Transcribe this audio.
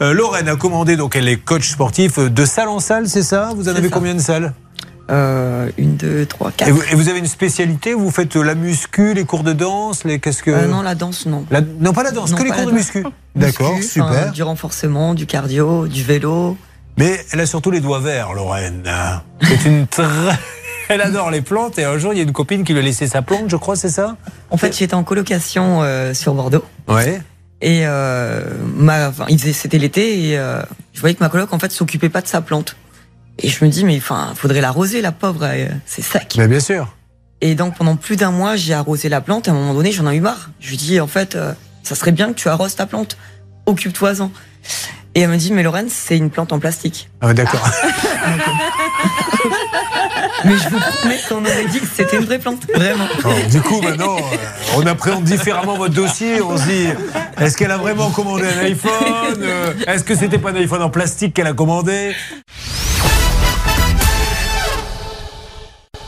Euh, Lorraine a commandé, donc elle est coach sportif euh, de salle en salle, c'est ça Vous en C'est avez ça. combien de salles Euh, une, deux, trois, quatre. et vous, euh, et vous avez une spécialité Vous faites euh, la muscu, les cours de danse, les qu'est-ce que Euh, non, la danse, non. La- Non, pas la danse, Non, que les pas cours la de muscu. D'accord, Muscu, super. enfin, Du renforcement, du cardio, du vélo. Mais elle a surtout les doigts verts, Lorraine. hein. C'est une très... Elle adore les plantes et un jour, il y a une copine qui lui a laissé sa plante, je crois, c'est ça En fait, j'étais en colocation euh, sur Bordeaux. Ouais. Et euh, ma, enfin, il faisait- c'était l'été et euh, je voyais que ma coloc en fait s'occupait pas de sa plante. Et je me dis mais enfin faudrait l'arroser la pauvre, euh, c'est sec. Mais bien sûr. Et donc pendant plus d'un mois j'ai arrosé la plante. À un moment donné j'en ai eu marre. Je lui dis en fait euh, ça serait bien que tu arroses ta plante. Occupe-toi-en. Et elle me dit mais Lorraine c'est une plante en plastique. Ah, ouais, d'accord. Mais je vous promets qu'on aurait dit que c'était une vraie plante vraiment. Bon, du coup, maintenant, euh, on appréhende différemment votre dossier. On se dit, est-ce qu'elle a vraiment commandé un iPhone Euh, Est-ce que c'était pas un iPhone en plastique qu'elle a commandé